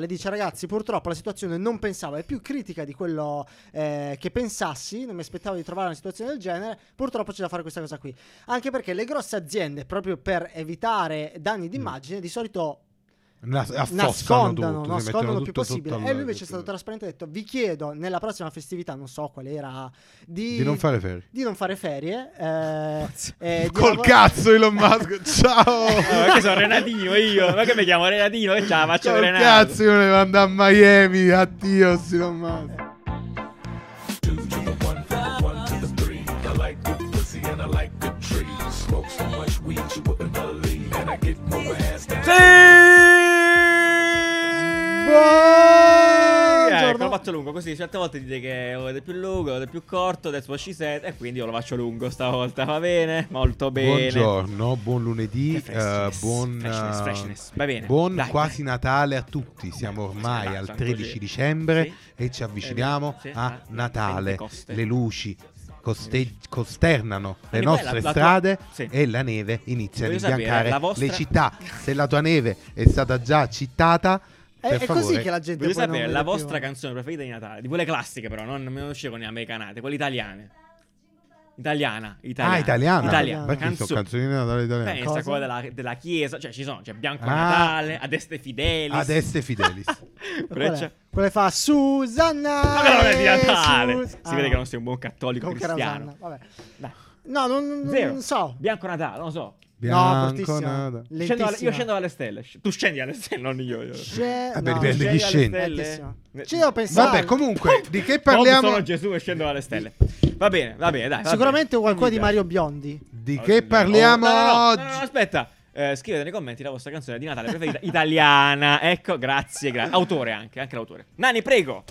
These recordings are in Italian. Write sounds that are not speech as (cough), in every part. Le dice ragazzi purtroppo la situazione non pensavo è più critica di quello eh, che pensassi, non mi aspettavo di trovare una situazione del genere, purtroppo c'è da fare questa cosa qui. Anche perché le grosse aziende proprio per evitare danni Mm. d'immagine di solito Nas- affossano nascondono, tutto, si nascondono mettono il più tutto possibile. sotto e al- lui invece è stato trasparente e ha detto vi chiedo nella prossima festività, non so qual era, di, di non fare ferie. di non fare ferie. eh, Pazzo. eh, di Col lavora- cazzo (laughs) Elon Musk, ciao! Ah, ma che sono Renatino io, ma che mi chiamo Renatino, che ce la faccio Col per Renato. Oh, cazzo io volevo andare a Miami, addio Elon Musk. Eh, ecco, Buongiorno! lo faccio lungo così, certe volte dite che volete più lungo, volete più corto, that's what she said, e quindi io lo faccio lungo stavolta, va bene? Molto bene. Buongiorno, buon lunedì, Che freshness, eh, buon, freshness, eh, freshness. Va bene, buon dai, quasi dai. Natale a tutti. Siamo ormai Esatto, al così. 13 dicembre Sì. e ci avviciniamo Sì, Ah, esatto. a a Natale. Pentecoste. Le luci coste- costernano le Quindi poi nostre la- la tua- strade sì. e la neve inizia ad Voglio sapere, imbiancare la vostra- le città. Se la tua neve è stata già citata, È, per è favore, così che la gente Voglio poi non sapere vede la più. vostra canzone preferita di Natale, di quelle classiche però, non non me ne uscire con le americanate, quelle italiane. Italiana, italiana. Ah, italiana. Italiana. Perché ci sono Canzone. canzoni di Natale italiana. Pensa, Cosa? quella della, della chiesa, cioè ci sono, c'è Bianco Ah. Natale, a destra Fidelis. Ad est fidelis. (laughs) Quella, Breccia. quella fa Susanna. Ma però non è di eh, Natale. Sus- Si Ah, vede che no. non sei un buon cattolico Comunque era cristiano. Susanna, vabbè. Dai. No, non, non- Zero. non so. Bianco Natale, non lo so. no, Bianco cortissima. Natale. Scendo dalle- io Lentissima. scendo dalle stelle. Sc- Tu scendi dalle stelle, non io. io. Sce- Vabbè, no, dipende sce- chi dalle scende. stelle. Lentissima. Ne- Ci devo pensare. Vabbè, comunque, di che parliamo? Bob, sono Gesù e scendo dalle stelle. Va bene, va bene, dai. va Sicuramente bene. qualcosa di Mi piace. Mario Biondi. Di Oh, che no. parliamo No, no, no, no, oggi? no, no, aspetta. Eh, scrivete nei commenti la vostra canzone di Natale preferita (laughs) italiana. Ecco, grazie, grazie. Autore anche, anche l'autore. Nani, prego.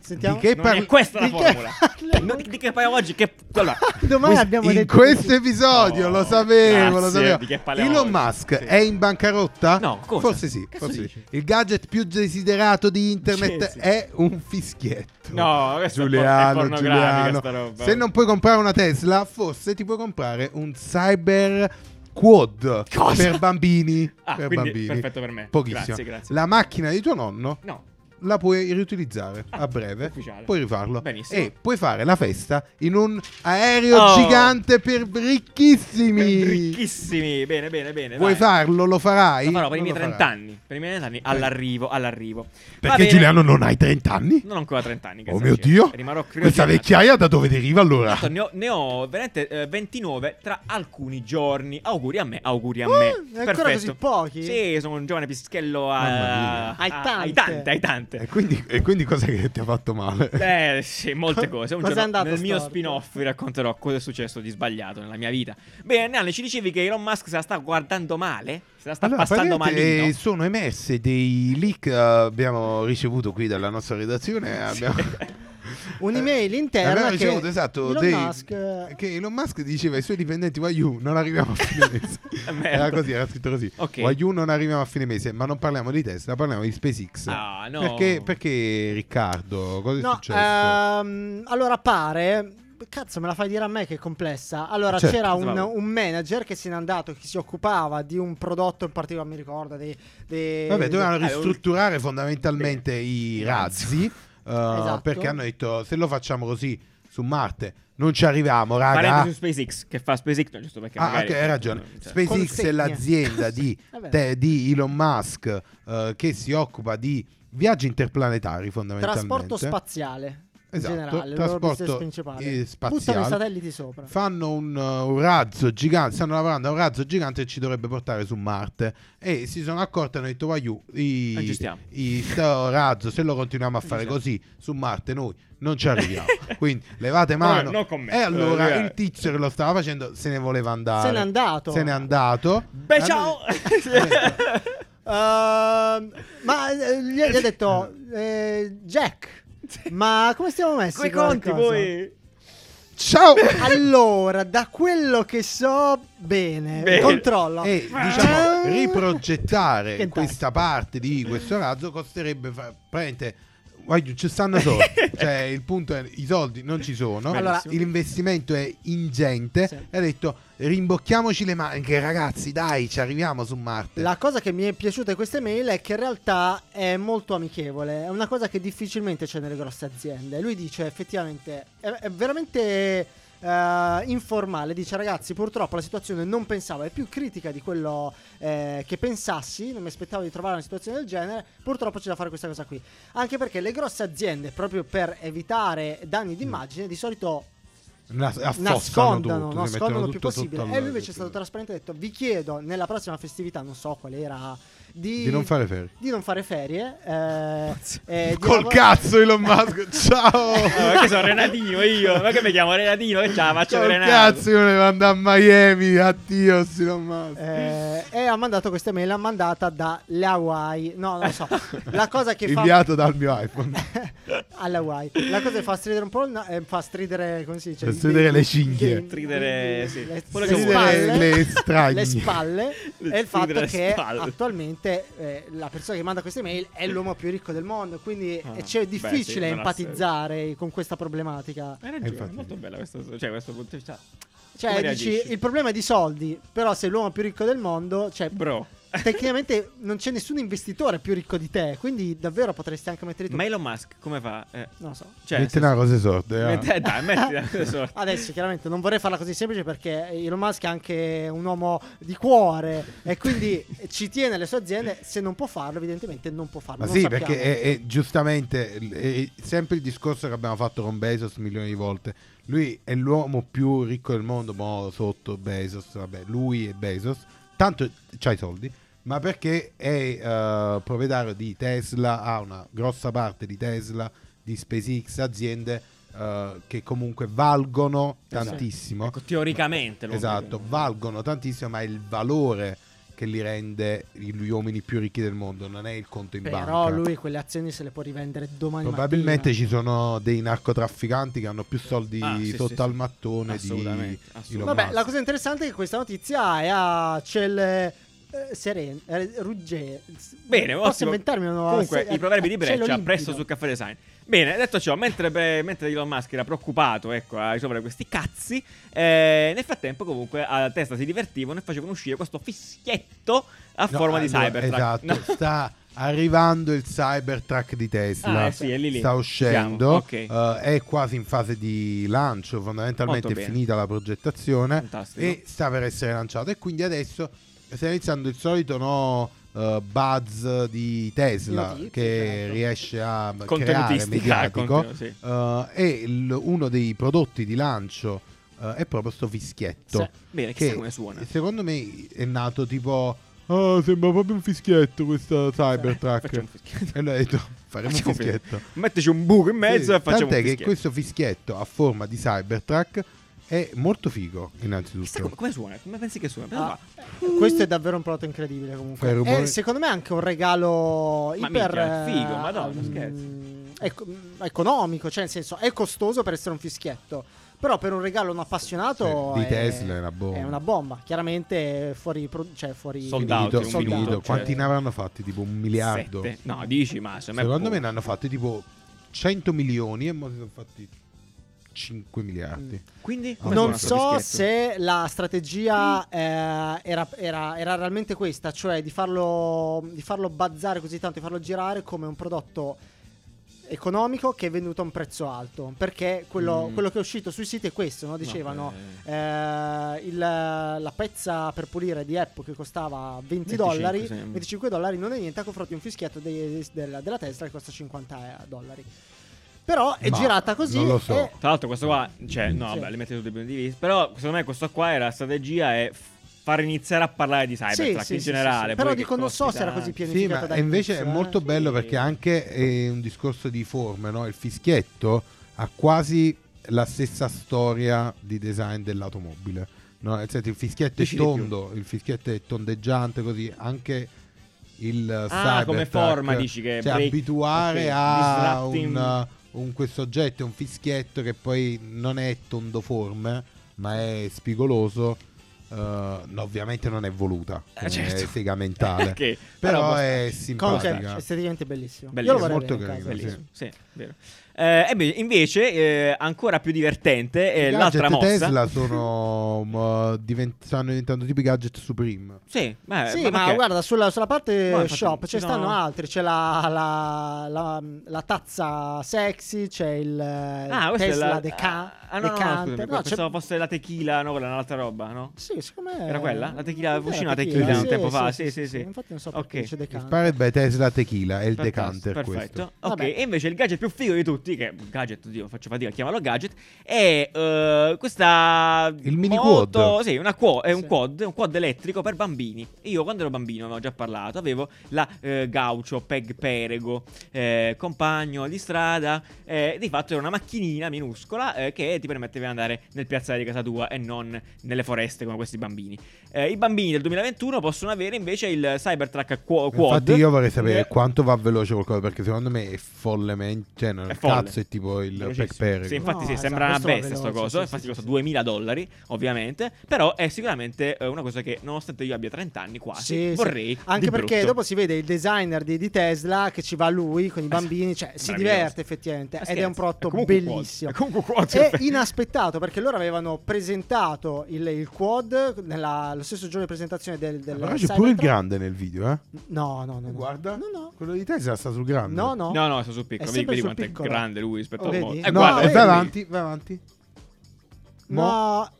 Sentiamo. Di che- E non parli- è questa la di che (laughs) formula. parliamo? No, di, di che parliamo oggi? Che allora, Domani Quest- abbiamo in detto questo tutti. episodio Oh, lo sapevo, lo grazie, sapevo. di che parliamo Elon oggi? Musk Sì. è in bancarotta? No, cosa? Forse sì, Cazzo forse dici? sì. Il gadget più desiderato di internet Sì, sì. è un fischietto. No, questo è por- è Giuliano, pornografica Giuliano. sta roba. Se non puoi comprare una Tesla, forse ti puoi comprare un cyber quad Cosa? per bambini, Ah, per quindi bambini. perfetto per me. Pochissimo. Grazie, grazie. La macchina di tuo nonno no. la puoi riutilizzare Ah, a breve. ufficiale. Puoi rifarlo. Benissimo. E puoi fare la festa in un aereo Oh. gigante per ricchissimi. Ricchissimi. Bene, bene, bene. Vuoi dai. farlo? Lo farai? Lo farò per i Non miei lo 30 farai. anni. Per i miei 30 anni all'arrivo, all'arrivo. Va Perché bene. Giuliano non hai 30 anni? Non ho ancora 30 anni. oh grazie mio al cielo. Dio. Rimarrò Questa criogennato. vecchiaia da dove deriva Ah. allora? Tanto Ne ho, ne ho veramente eh, 29 tra alcuni giorni. Auguri a me, auguri a Ah, me. è ancora così pochi? Sì, sono un giovane pischello Mamma a, mia. a- Ai tante. Ecco. ai tante, ai E tante. quindi, e quindi cos'è che ti ha fatto male? Eh sì, molte cose. Un Cos'è giorno andato nel mio storto? spin-off vi racconterò cosa è successo di sbagliato nella mia vita. Bene, Nani, ci dicevi che Elon Musk se la sta guardando male? Se la sta Allora, passando praticamente, malino? eh, sono emerse dei leak eh, abbiamo ricevuto qui dalla nostra redazione. Abbiamo, (laughs) Un'email interna Eh, abbiamo che ricevuto esatto Elon dei- Musk eh, che Elon Musk diceva ai suoi dipendenti Why you non arriviamo (laughs) a fine mese. Eh, Merda. era così, era scritto così. Ok. Why you non arriviamo a fine mese, ma non parliamo di Tesla, parliamo di SpaceX. Ah, no. Perché, perché, Riccardo, cosa è eh, No, successo? ehm, allora pare. Cazzo, me la fai dire a me che è complessa. Allora, Certo, c'era un, bravo. un manager che se n'è andato, che si occupava di un prodotto in particolare, mi ricordo. Dei, dei- Vabbè, dovevano eh, ristrutturare fondamentalmente i (laughs) razzi eh, Esatto. perché hanno detto se lo facciamo così su Marte non ci arriviamo, raga. Parenti su SpaceX, che fa SpaceX, no, giusto perché Ah, magari... ok, hai ragione. Cioè, SpaceX Consegna. è l'azienda (laughs) di, È vero. te- di Elon Musk eh, che si occupa di viaggi interplanetari fondamentalmente. trasporto spaziale. in Esatto, generale, il loro business trasporto principale. eh, Buttano i spaziale. satelliti sopra. Fanno un, uh, un razzo gigante, stanno lavorando a un razzo gigante che ci dovrebbe portare su Marte. E si sono accorti e hanno detto: Waiu, i, Non Eh, ci stiamo." i- sto razzo, se lo continuiamo a ci fare stiamo. così su Marte, noi non ci (laughs) arriviamo. Quindi levate mano. No, no comment. e allora Eh, il tizio che lo stava facendo se ne voleva andare. Se n'è andato. Se n'è andato. Beh, (laughs) Hanno- ciao! (laughs) Ehm, ma eh, gli, gli ha detto eh, Jack. Ma come stiamo messi? Come con la conti cosa? voi? (laughs) Ciao! Allora, da quello che so, bene. Bene. Controllo. E diciamo Ah. riprogettare Kentucky. questa parte di questo razzo costerebbe fa- praticamente Guai, ci stanno (laughs) soldi. cioè, il punto è i soldi non ci sono. Allora- Benissimo. L'investimento è ingente. Sì. E ha detto rimbocchiamoci le maniche, ragazzi, dai, ci arriviamo su Marte. La cosa che mi è piaciuta di queste mail è che in realtà è molto amichevole, è una cosa che difficilmente c'è nelle grosse aziende. Lui dice effettivamente, è, è veramente eh, informale, dice ragazzi purtroppo la situazione non pensavo, è più critica di quello eh, che pensassi, non mi aspettavo di trovare una situazione del genere, purtroppo c'è da fare questa cosa qui. Anche perché le grosse aziende, proprio per evitare danni d'immagine, di solito Nas- affossano nascondano, tutto, si nascondono mettono il più tutto sotto possibile. al- E lui invece è stato trasparente e ha detto: Vi chiedo nella prossima festività, non so qual era, di, Di non fare ferie. di non fare ferie. eh, eh, di Col lavora- cazzo (laughs) Elon Musk, ciao! No, perché sono Renatino io? Ma che mi chiamo Renatino? Che ce la faccio Col Renato? cazzo io volevo andare a Miami, addio Elon Musk. eh, e ha mandato questa mail, l'ha mandata dalle Hawaii. No, non lo (laughs) so. La cosa che fa Cioè, Inviato dal (laughs) mio iPhone. alle Hawaii. La cosa che fa stridere un po'. il na- eh, fa stridere, come si dice? Fa Il- stridere le il- cinghie. il- Stridere, sì. Le, Quello le che vuoi. spalle, Stridere le stragne. le spalle Le e il fatto stridere le che spalle. attualmente eh, la persona che manda queste mail è l'uomo più ricco del mondo. Quindi Ah, eh, c'è beh, sì, difficile non ha empatizzare con questa problematica. Hai ragione, Infatti. è molto bella questa cioè questo punto di vista. Cioè, Come dici reagisci? il problema è di soldi, però sei l'uomo più ricco del mondo, cioè Bro. (laughs) tecnicamente non c'è nessun investitore più ricco di te, quindi davvero potresti anche mettere tu. Ma Elon Musk come fa? Eh, Non lo so. cioè, Metti una cosa sorte. eh. Metti- eh, dai, metti la cosa. Adesso chiaramente non vorrei farla così semplice perché Elon Musk è anche un uomo di cuore e quindi ci tiene le sue aziende, se non può farlo evidentemente non può farlo. Ma non sì, sappiamo. perché è, è giustamente l- è sempre il discorso che abbiamo fatto con Bezos milioni di volte. Lui è l'uomo più ricco del mondo, mo sotto Bezos, vabbè, lui e Bezos. Tanto c'ha i soldi, ma perché è eh, proprietario di Tesla, ha una grossa parte di Tesla, di SpaceX, aziende eh, che comunque valgono Esatto. tantissimo. Ecco, teoricamente lo Esatto, valgono tantissimo, ma è il valore che li rende gli uomini più ricchi del mondo, non è il conto in Però banca. lui quelle azioni se le può rivendere domani Probabilmente mattina. ci sono dei narcotrafficanti che hanno più soldi Ah, sì, sotto sì, al sì. mattone di Assolutamente, Elon assolutamente. Vabbè, Musk. la cosa interessante è che questa notizia è a Cel eh, Seren eh, Rugge. Bene, posso ottimo. inventarmi una nuova Comunque, se- i proverbi di a Cielo Breccia, Limpido. presto su Caffè Design. Bene, detto ciò, mentre, beh, mentre Elon Musk era preoccupato ecco, a risolvere questi cazzi, eh, nel frattempo comunque a testa si divertivano e facevano uscire questo fischietto a No, forma di allora, Cybertruck. Esatto, No. sta arrivando il Cybertruck di Tesla. Ah, eh sì, è lì, lì. Sta Siamo, uscendo, ok. eh, è quasi in fase di lancio, fondamentalmente Molto è bene. finita la progettazione Fantastico. e sta per essere lanciato e quindi adesso sta iniziando il solito no, eh, buzz di Tesla Notizie, che certo. riesce a creare Contenutistica, mediatico contenuto, sì. eh, e il- uno dei prodotti di lancio eh, è proprio sto fischietto Sì. Bene, chissà come suona. Secondo me è nato tipo. "Ah, sembra proprio un fischietto questa Cybertruck. Facciamo un fischietto. e lui ha detto: faremo Facciamo un fischietto. Mettici un buco in mezzo Sì, e facciamo Tant'è un che fischietto. questo fischietto a forma di Cybertruck è molto figo, Chissà come, innanzitutto. come suona, come pensi che suona? Però Ah, fa- eh, questo è davvero un prodotto incredibile comunque. Fai rumore. E secondo me è anche un regalo Ma iper minchia, eh, figo, madonna, mm, scherzi. ec- mm, economico, cioè nel senso è costoso per essere un fischietto, però per un regalo a un appassionato Sì, di è, Tesla è una bomba. È una bomba, chiaramente è fuori pro- cioè fuori Sold out, Finito, in un finito. minuto, cioè- Quanti ne avranno fatti? Tipo un miliardo. Sette. No, dici, ma Secondo me ne hanno fatti tipo 100 milioni e mo si sono fatti 5 miliardi. Mm. Quindi Come Ah, non suona so se la strategia eh, era, era- era realmente questa, cioè di farlo, di farlo bazzare così tanto, di farlo girare come un prodotto economico che è venduto a un prezzo alto. Perché quello, Mm. quello che è uscito sui siti è questo, no? dicevano. eh, il- la pezza per pulire di Apple che costava 20 dollari 25, sì. 25 dollari non è niente a confronto di un fischietto dei- della, della Tesla che costa 50 dollari però è Ma girata così non lo so. e- Tra l'altro, questo qua, cioè, no, Sì. vabbè, li metti tutti i punti di vista. Però, secondo me, questo qua era la strategia è f- far iniziare a parlare di Cybertruck in generale. poi Però che dico, non costi so se era tanto. (laughs) così Sì, pianificato ma da invece è inizio, eh. molto bello Sì. perché anche è un discorso di forme, no? Il fischietto ha quasi la stessa storia di design dell'automobile. No? Nel senso, il fischietto Dici è di più. tondo, il fischietto è tondeggiante, così anche il eh, Ah, come Cybertruck, forma, dici che cioè, break- abituare ok, a disrupting- un, un- questo oggetto, un fischietto che poi non è tondoforme, ma è spigoloso. eh, no, ovviamente non è voluta, Eh, certo. è figa mentale. (laughs) Ok, Però roba è Concept simpatica. esteticamente bellissimo. Bellissimo, Io lo vorrei molto bene in carino, casa. Bellissimo, sì, vero. Eh, e beh, invece, eh, ancora più divertente è I l'altra gadget mossa. Tesla sono, ma, divent- stanno diventando tipo i gadget supreme. Sì, ma, sì, Eh, ma ma perché? guarda, sulla, sulla parte No, infatti, shop ci ce ne sono- stanno altri. C'è la, la, la, la tazza sexy, c'è il eh, Ah, questa Tesla è la... Deca- Ah, no, no, no, Decanter. scusami, No, c'è- pensavo fosse la tequila, no, quella è un'altra roba, no? Sì, Eh, secondo me Era quella? La tequila, Era uscì una tequila un tempo fa, sì, sì, sì. Infatti non so Ok. perché c'è Decanter. Inspired by Tesla Tequila è il Fantastico, decanter questo. perfetto. Ok, Vabbè. e invece il gadget più figo di tutti, che gadget, oddio, faccio fatica a chiamarlo gadget, è eh, questa Il mini moto- quad. Sì, una quad, è un Sì. quad, è un quad elettrico per bambini. Io quando ero bambino, avevo già parlato, avevo la eh, Gaucho Peg Perego, eh, compagno di strada, eh, di fatto era una macchinina minuscola eh, che ti permetteva di andare nel piazzale di casa tua e non nelle foreste come questi bambini. Eh, I bambini del 2021 possono avere invece il Cybertruck Quo- Quad. Infatti io vorrei sapere Eh, quanto va veloce qualcosa perché secondo me è follemente, cioè non È è folle. cazzo è tipo il Velocissimo. pecperego. Sì, infatti No, sì, esatto, sembra una questo va bestia sto veloce, coso, sì, infatti sì, costa sì. 2000 dollari ovviamente, però è sicuramente eh, una cosa che nonostante io abbia 30 anni quasi, Sì, sì. vorrei Anche di perché brutto. dopo si vede il designer di, di Tesla che ci va lui con i Esatto. bambini, cioè si Meraviglioso. diverte effettivamente Ma ed è un scherzi, prodotto comunque un quad, bellissimo. è comunque un quad, È perfetto. inaspettato perché loro avevano presentato il, il quad nella, lo stesso giorno di presentazione del, del Però c'è pure il Cybertruck. grande nel video, eh? No, no, no, no. Guarda. No, no. Quello di Tesla sta sul grande. No, no. (laughs) No, no, sono sul piccolo, È vedi, sempre vedi sul quanto piccolo. è grande lui rispetto Oh, a vedi? moto. Eh, No, guarda, vai vedi? lui. avanti, vai avanti. Mo- No,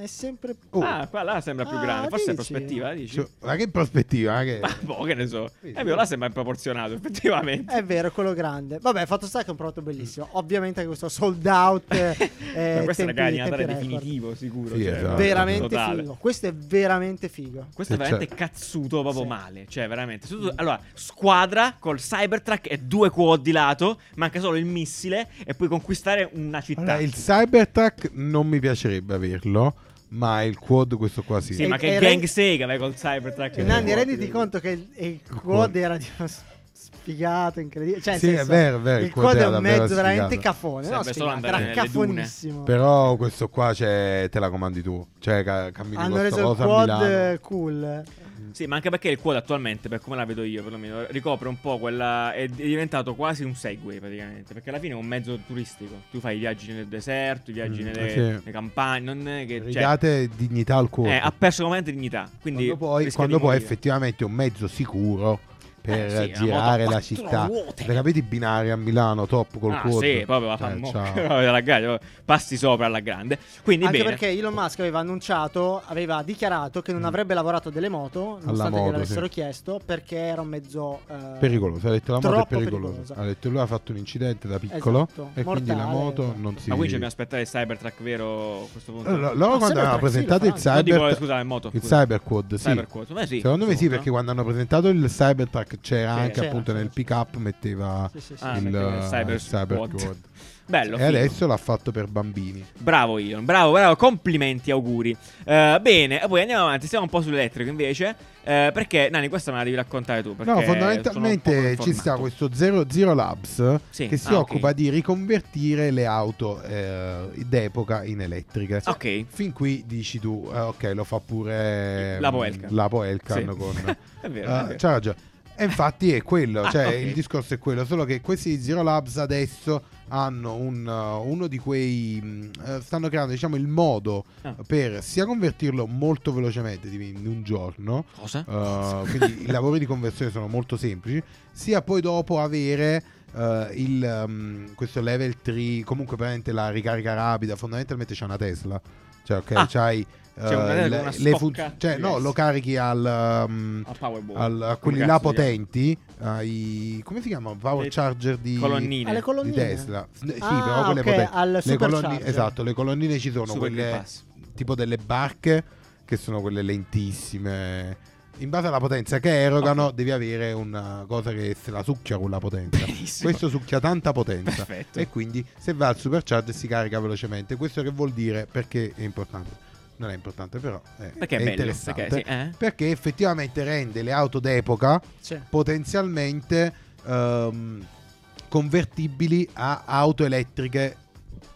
è sempre Oh, Ah, qua là sembra più Uh. Ah, grande, forse è dici? prospettiva, eh, dici? (laughs) cioè, ma che prospettiva, eh, che- Ma boh, che ne so. Vedi? Eh, vero, là sembra improporzionato, effettivamente. È vero, quello grande. Vabbè, fatto sta che è un prodotto bellissimo. Ovviamente anche questo sold out. (laughs) eh, Ma tempi- questo ragazzi è tempi Natale record. definitivo, sicuro. Sì, cioè, esatto. Veramente totale. figo. Questo è veramente figo. Questo è Che veramente c'è? cazzuto proprio Sì. male. Cioè, veramente. Su- su- Allora, squadra col Cybertruck e due quad di lato. Manca solo il missile e puoi conquistare una città. Allora, il Cybertruck non mi piacerebbe averlo, ma il quad questo qua sì. Sì, E- ma che e gang re- sega vai col Cybertruck. e Eh, Nandi, due quad. renditi conto che il, il Il quad quad. era di uno s- sfigato, incredibile. Cioè, nel Sì, è senso, vero, è vero, il Il quad quad è era un davvero mezzo veramente sfigato. cafone. No, Sembra solo sfigato, andare era nelle cafonissimo. Però questo qua c'è, te la comandi tu. Cioè, ca- cammini con Hanno sta reso il cosa a quad Milano. eh, cool. Sì, ma anche perché il quad attualmente, per come la vedo io perlomeno, ricopre un po' quella. È di- è diventato quasi un segway praticamente. Perché alla fine è un mezzo turistico. Tu fai i viaggi nel deserto, i viaggi Mm, nelle, sì. nelle campagne. Non è che. Cioè, Ridate dignità al quad. eh, ha perso completamente dignità. Quindi quando poi, rischia di quando poi morire. effettivamente è un mezzo sicuro Eh, per sì, una girare moto a la quattro città. ruote. Perché capite i binari a Milano top col ah, quad? sì, proprio la fa Cioè, mo- ciao. (laughs) proprio alla grande, proprio passi sopra alla grande. Quindi Anche bene. perché Elon Musk aveva annunciato, aveva dichiarato che non avrebbe lavorato delle moto, nonostante Mm. moto, gliel'avessero sì. chiesto, perché era un mezzo eh, Pericoloso, ha detto la moto è Troppo pericolosa. pericolosa. Ha detto lui ha fatto un incidente da piccolo Esatto, e quindi la mortale, moto esatto. non si Ma quindi ci dobbiamo aspettare il Cybertruck vero a questo punto? Allora, Ma loro quando Cybertruck hanno sì, lo presentato il faranno. No, dico, Cyber scusa, il moto, il scusa. Cyberquad, sì. Cyberquad, ma sì, Secondo me sì, giusto, perché no? quando hanno presentato il Cybertruck c'era Sì, anche c'era, appunto c'era, nel c'era. pick up metteva Sì, sì, sì. Ah, il, metteva il Cyber- eh, Cyberquad. Quad. Bello, E figo. adesso l'ha fatto per bambini. Bravo Ion, bravo, bravo, complimenti, auguri. Eh, bene, e poi andiamo avanti, stiamo un po' sull'elettrico invece, eh, perché Nani questa me la devi raccontare tu. perché No, sono un fondamentalmente poco ci sta informato. questo Zero, Zero Labs Sì, che si ah, ok. occupa di riconvertire le auto eh, d'epoca in elettriche. Ok, Fin qui dici tu, eh, ok, lo fa pure La mm, Poelcan. la Poelcan Sì. con... (laughs) è vero. è Ah, vero. c'ha ragione. E infatti è quello, Ah, cioè ok. il discorso è quello, solo che questi Zero Labs adesso hanno un, uh, uno di quei... mh, eh, stanno creando diciamo il modo Ah. per sia convertirlo molto velocemente, tipo in un giorno, Cosa? (laughs) Uh, quindi i lavori di conversione sono molto semplici, sia poi dopo avere uh, il, um, questo level 3, comunque veramente la ricarica rapida, fondamentalmente c'è una Tesla, cioè ok, Ah. c'hai... uh, C'è una Tesla con una le scocca cioè, no, diversa. lo carichi al, um, A Ah, Powerball. al- a quelli Come cazzo là si chiama? potenti, ai, come si chiama? Power Le charger di, Colonnine. Alle di colonnine. Tesla. Sì, Ah, però quelle ok, potenti. al Le colonnine, supercharger. esatto, le colonnine ci sono, Super Green quelle Pass. tipo delle barche che sono quelle lentissime. In base alla potenza che erogano, devi avere una cosa che se la succhia con la potenza. Benissimo. Questo succhia tanta potenza. Perfetto. E quindi se va al supercharger si carica velocemente. Questo che vuol dire perché è importante? Non è importante, però è, Perché è, è bello. interessante. Perché, sì, eh? Perché effettivamente rende le auto d'epoca Cioè, potenzialmente ehm, convertibili a auto elettriche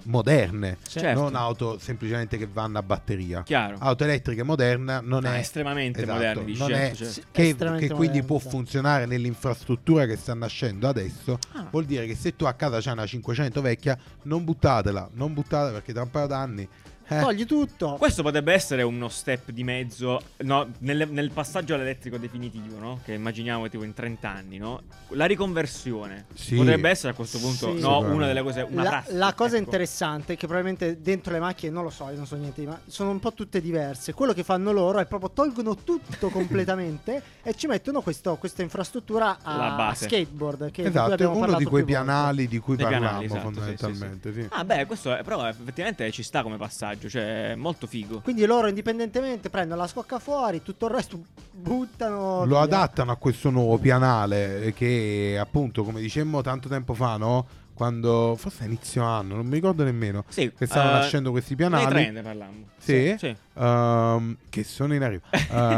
moderne, Certo. non auto semplicemente che vanno a batteria. Chiaro. Auto elettrica moderna non Ah, è estremamente esatto, moderni, dici, non certo, è- certo. che, Estremamente che quindi moderna, può esatto. funzionare nell'infrastruttura che sta nascendo adesso. Ah. Vuol dire che se tu a casa c'hai una 500 vecchia, non buttatela, non buttatela perché tra un paio d'anni eh, Togli tutto. Questo potrebbe essere uno step di mezzo no, nel, nel passaggio all'elettrico definitivo, no? Che immaginiamo tipo in 30 anni, no? La riconversione Sì. potrebbe essere a questo punto Sì. no, Sicuramente. una delle cose. Una La, prassi, la cosa ecco. interessante è che probabilmente dentro le macchine, non lo so, io non so niente, ma sono un po' tutte diverse. Quello che fanno loro è proprio tolgono (laughs) tutto completamente e ci mettono questo- questa infrastruttura La a, a base. skateboard. Che di cui esatto, è abbiamo uno parlato di quei più volte. pianali di cui Dei parlavamo pianali, esatto, sì, sì, sì. fondamentalmente. sì. Ah, beh, questo è, però effettivamente ci sta come passaggio, cioè è molto figo. Quindi loro indipendentemente prendono la scocca fuori, tutto il resto buttano. Lo via. adattano a questo nuovo pianale eh, che appunto, come dicemmo tanto tempo fa, no? Quando forse a inizio anno, non mi ricordo nemmeno, Sì, che stavano eh, nascendo questi Nei pianali. trend ne parlammo. Sì? sì. Ehm, che sono in arrivo.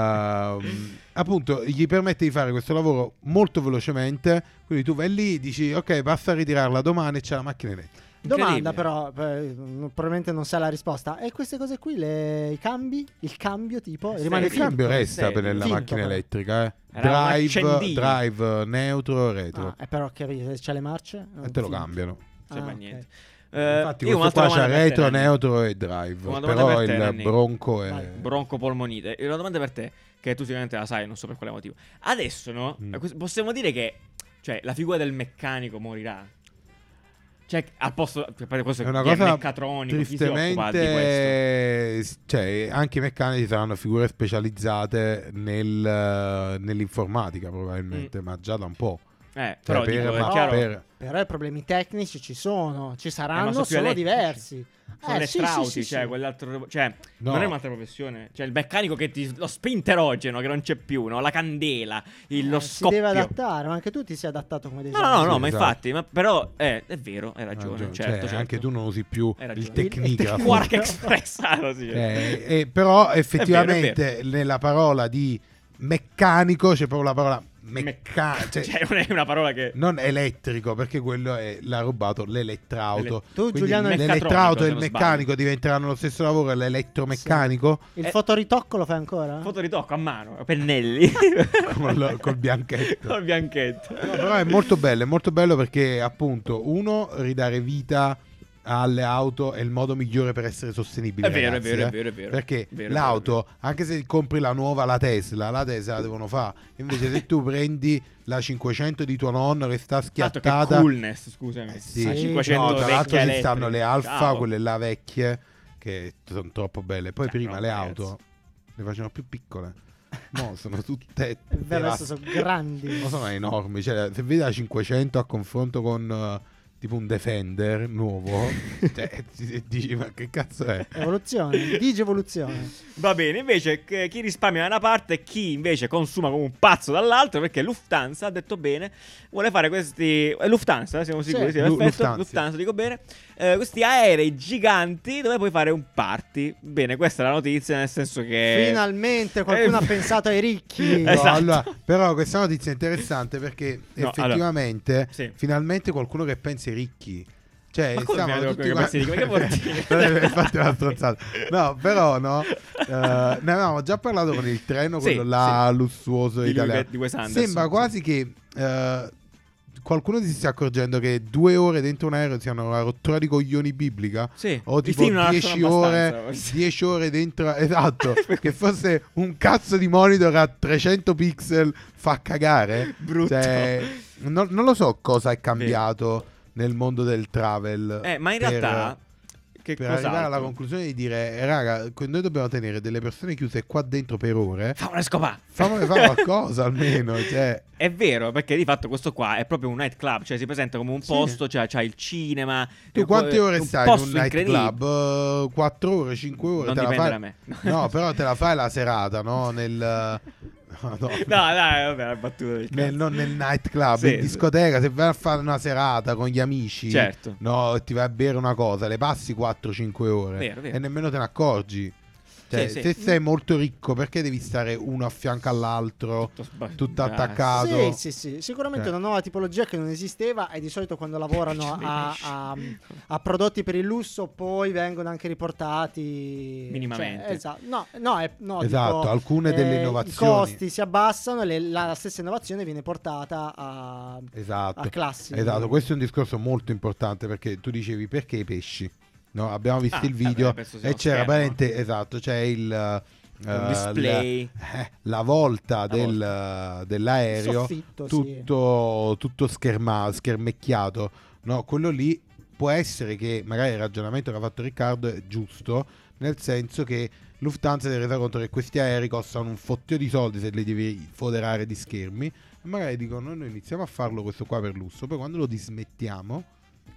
Ehm, appunto, gli permette di fare questo lavoro molto velocemente. Quindi tu vai lì, dici ok, basta ritirarla domani e c'è la macchina elettrica. Domanda Incredibile. però, eh, non- probabilmente non sa la risposta. E queste cose qui, le- i cambi? Il cambio tipo? Sì, Rimane Il finto, cambio finto? resta Eh, sì, per la finto, macchina però. elettrica. eh. Era un Drive, accendino. drive, neutro, retro. Ah, eh, però che se c'è le marce? e te lo finto. cambiano. Cioè, Ah, fa ok. niente. Eh, Infatti, io questo qua un'altra c'ha domanda per te, retro, Nanni. neutro e drive. Una domanda Però per te, il Nanni. bronco è. Vai. broncopolmonite. E Una domanda per te, che tu sicuramente la sai, non so per quale motivo. Adesso, no? Mm. Eh, quest- Possiamo dire che cioè, la figura del meccanico morirà. Cioè, al posto. cioè, per questo È una chi è cosa meccatronico, chi si occupa di questo. tristemente, s- cioè, anche i meccanici saranno figure specializzate nel, eh, nell'informatica probabilmente, ma già da un po'. Eh, Cioè, Mm. però dico, è ma chiaro. per- Però i problemi tecnici ci sono, ci Eh, saranno, ma sono più sono elettrici. diversi. Sono Eh, le sì, sì, strauti, sì, cioè sì. quell'altro. Cioè, No. non è un'altra professione. Cioè, il meccanico che ti. lo spinterogeno, che non c'è più, no? La candela, il- lo Eh, Si scoppio. deve adattare, ma anche tu ti sei adattato come No, designer. no, no, Sì, ma esatto. infatti, ma però eh, è vero, hai Ah, ragione. cioè, certo, certo. anche tu non usi più Hai il ragione. (laughs) tecnigrafo. Quark Express, ah, così. Eh, eh, però effettivamente È vero, nella parola di meccanico c'è proprio la parola meccanico, Cioè, non è una parola che. non elettrico perché quello è, l'ha rubato l'elettrauto. Tu, Giuliano, il l'elettrauto e il meccatronico, se non meccanico diventeranno lo stesso lavoro, e l'elettromeccanico Il Eh. fotoritocco lo fai ancora? Fotoritocco a (laughs) mano, pennelli. col, col bianchetto. Col bianchetto. No, però è molto bello, è molto bello perché appunto uno ridare vita alle auto è il modo migliore per essere sostenibili. È vero, è ragazzi, vero, è eh. vero, è vero. Perché Vero, vero, l'auto, anche se compri la nuova, la Tesla, la Tesla la devono fare. Invece, se tu prendi la 500 di tuo nonno che sta Tanto schiattata, Che coolness, scusami. Eh sì. Ah, Sì, 500 no, tra l'altro vecchie ci stanno le elettriche. Alfa, Ciao. quelle là vecchie, che sono troppo belle. Poi Cioè, prima no, le ragazzi. auto le facevano più piccole. Mo sono tutte È vero, Eh, adesso sono grandi. No, sono enormi. Cioè, se vedi la 500 a confronto con eh, tipo un Defender nuovo, cioè, ti- dici ma che cazzo è? Evoluzione, (laughs) digievoluzione. Va bene, invece che- chi risparmia da una parte e chi invece consuma come un pazzo dall'altra, perché Lufthansa, ha detto bene, vuole fare questi... eh, Lufthansa, eh, siamo Sì. sicuri, sì, Lu- perfetto, Lufthansa. Lufthansa. dico bene, eh, questi aerei giganti dove puoi fare un party. Bene, questa è la notizia, nel senso che... Finalmente qualcuno Eh, (laughs) ha pensato ai ricchi. No, Esatto. allora, però questa notizia è interessante perché No, effettivamente sì. finalmente qualcuno che pensa ai ricchi. Cioè, Ma come siamo finalmente tutti qualcuno che qua- pensa ai ricchi? (laughs) Ma che vuol dire? Infatti è una stronzata. No, però no. eh, ne avevamo già parlato con il treno, Sì, quello là lussuoso Di, italiano. lui, di Wes Anderson. Sembra quasi che eh, qualcuno si stia accorgendo che due ore dentro un aereo siano una rottura di coglioni biblica. Sì, O il tipo film non ha 10 lasciato ore, abbastanza, 10 ore dentro. (laughs) Esatto. che fosse un cazzo di monitor a 300 pixel fa cagare. Brutto. Cioè, non, non lo so cosa è cambiato nel mondo del travel. Eh, ma in per- realtà... Che Per arrivare alla cosa? conclusione di dire, "Eh, raga, que- noi dobbiamo tenere delle persone chiuse qua dentro per ore. Fa una scopà. Famole fare qualcosa almeno. Cioè. È vero, perché di fatto questo qua è proprio un nightclub, cioè si presenta come un Sì. posto, cioè c'ha il cinema. Tu eh, quante un ore stai in posto un incredibile. nightclub? 4 ore, 5 ore? Non te la fai... dipende da me. No, però te la fai la serata, no? Nel... no, no. (laughs) No, dai, vabbè, la battuta del Nel, cazzo. non nel nightclub, Sì, in discoteca, se vai a fare una serata con gli amici, Certo. no, ti vai a bere una cosa, le passi 4-5 ore Vero, vero. e nemmeno te ne accorgi. Cioè, Sì, sì. se sei molto ricco, perché devi stare uno a fianco all'altro, Tutto sba- tutto Ah, attaccato? Sì, sì, sì. Sicuramente Cioè. una nuova tipologia che non esisteva e di solito quando lavorano a, a- Eh, a prodotti per il lusso poi vengono anche riportati Minimamente. Cioè, esatto. No, no, è- no, Esatto, dico, alcune delle eh, innovazioni. I costi si abbassano e le- la stessa innovazione viene portata a, Esatto. a classi. Esatto, questo è un discorso molto importante perché tu dicevi perché i pesci? No, abbiamo visto Ah, il vabbè, video penso sia e uno c'era schermo. veramente esatto, c'è il eh, Un la- display. eh, la volta del- Il dell'aereo soffitto, sì. tutto, tutto scherma- schermecchiato. No, quello lì può essere che magari il ragionamento che ha fatto Riccardo è giusto, nel senso che Lufthansa si è resa conto che questi aerei costano un fottio di soldi se li devi foderare di schermi. Magari dicono noi iniziamo a farlo questo qua per lusso, poi quando lo dismettiamo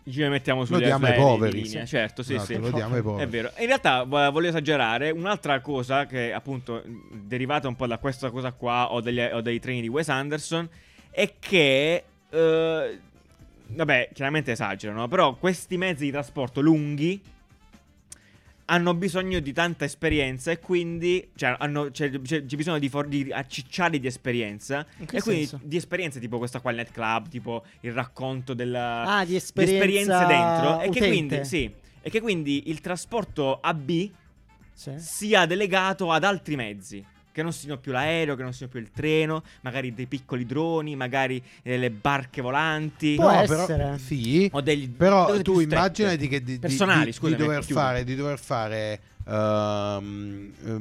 Ci mettiamo lo sulle diamo ai aeree di poveri. linea, Certo, sì, Esatto, sì. Lo diamo ai poveri. È vero. In realtà vo- voglio esagerare. Un'altra cosa che appunto mh, derivata un po' da questa cosa qua o, degli, o dei treni di Wes Anderson è che... eh, vabbè, chiaramente esagerano, però questi mezzi di trasporto lunghi hanno bisogno di tanta esperienza e quindi cioè, hanno, c'è, c'è- c'è bisogno di, for- di accicciarli di esperienza In che e quindi senso? di esperienze tipo questa qua il net club tipo il racconto della, Ah, di di esperienza esperienze dentro. E che, utente. quindi, sì, e che quindi il trasporto AB Sì. sia delegato ad altri mezzi. Che non siano più l'aereo, che non siano più il treno, magari dei piccoli droni, magari eh, le barche volanti. Può No, però- essere. sì, o degli, Però cose più tu strette. immaginati che di, di- Personali, di- scusami, di dover chiudo. fare, di dover fare ehm, eh,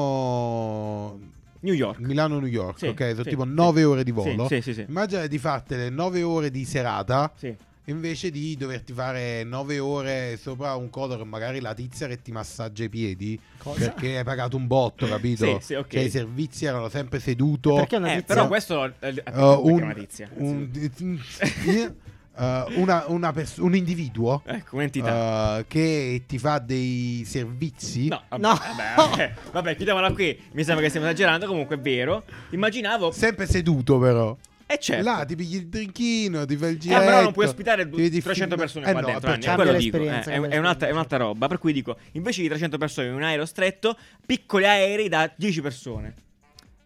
Milano New York. Milano New York, Sì, ok? Sono sì, tipo sì. 9 ore di volo. Sì, sì, sì. sì. Immagina di fartele 9 ore di serata Sì. invece di doverti fare 9 ore sopra un codo che magari la tizia che ti massaggia i piedi Cosa? perché hai pagato un botto, capito? Sì, sì, ok. Cioè i servizi erano sempre seduto. Perché è una Eh, tizia- però questo eh, Eh, attenzione, perché è un, una tizia. un- anzi. eh, una- una pers- un individuo Ecco, un'entità. eh, che ti fa dei servizi. No, vabbè, No. vabbè, vabbè, (laughs) vabbè, chiudiamola qui. Mi sembra che stiamo esagerando, comunque è vero. Immaginavo Sempre seduto, però. E certo. Là ti pigli il drinkino, ti fai il Eh, giretto però non puoi ospitare ti vedi il 300 film- persone Eh qua no, dentro. poi Anni, c'è- è Cambia quello dico. eh, l'esperienza, è, cambia è un'altra, l'esperienza. è un'altra roba. Per cui dico, invece di 300 persone in un aereo stretto, piccoli aerei da 10 persone.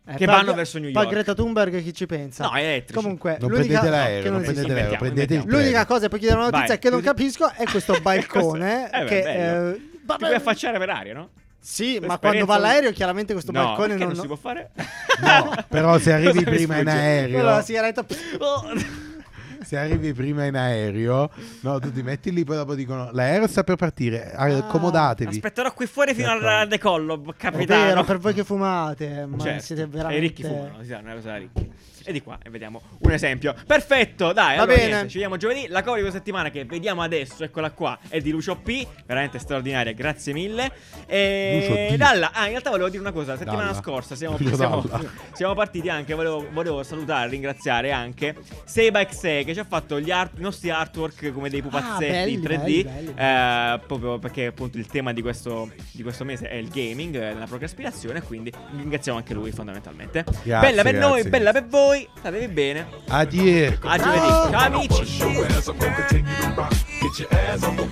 Eh, che poi- vanno verso New York. Poi Greta Thunberg chi ci pensa? No, elettrici. Comunque, Non l'unica- prendete no, l'aereo, che non non prendete esiste. l'aereo, Inventiamo, prendete il inventiamo. L'unica treno. cosa, poi chiedere una notizia Vai. che non capisco (laughs) è questo balcone Questo- (laughs) eh, beh, che bello. eh, Ti vabbè, puoi affacciare per aria, no? Sì, ma L'esperienza- quando va l'aereo chiaramente questo No, balcone perché non... non, si può fare. (laughs) No, però se arrivi Cosa mi prima in sfugge? aereo, Quello la sigaretta Oh. (laughs) se arrivi prima in aereo, no, tu ti metti lì, poi dopo dicono l'aereo sta per partire, accomodatevi. Aspetterò qui fuori fino al, D'accordo. al decollo, è capitano. vero per voi che fumate, ma Certo. siete veramente E i ricchi fumano, sì, è una cosa da ricchi. E di qua e vediamo un esempio. Perfetto, dai, Va allora bene. niente, ci vediamo giovedì. La cover di questa settimana che vediamo adesso, eccola qua, è di Lucio P, veramente straordinaria, grazie mille. E Lucio D. Dalla, ah, in realtà volevo dire una cosa, la settimana Dalla. scorsa (laughs) siamo, Lucio siamo- Dalla. (laughs) siamo partiti anche, volevo, volevo salutare, ringraziare anche Seba XE che ci ha fatto gli art- i nostri artwork come dei pupazzetti Ah, belli, in 3D. belli, belli. Eh, proprio perché appunto il tema di questo, di questo mese è il gaming, eh, la procrastinazione, quindi ringraziamo anche lui fondamentalmente. Grazie, bella per noi, grazie. bella per voi, statevi bene, Addio. a giovedì, ciao I'ma amici! bust your ass. I'm gonna continue to rock. Get your ass up.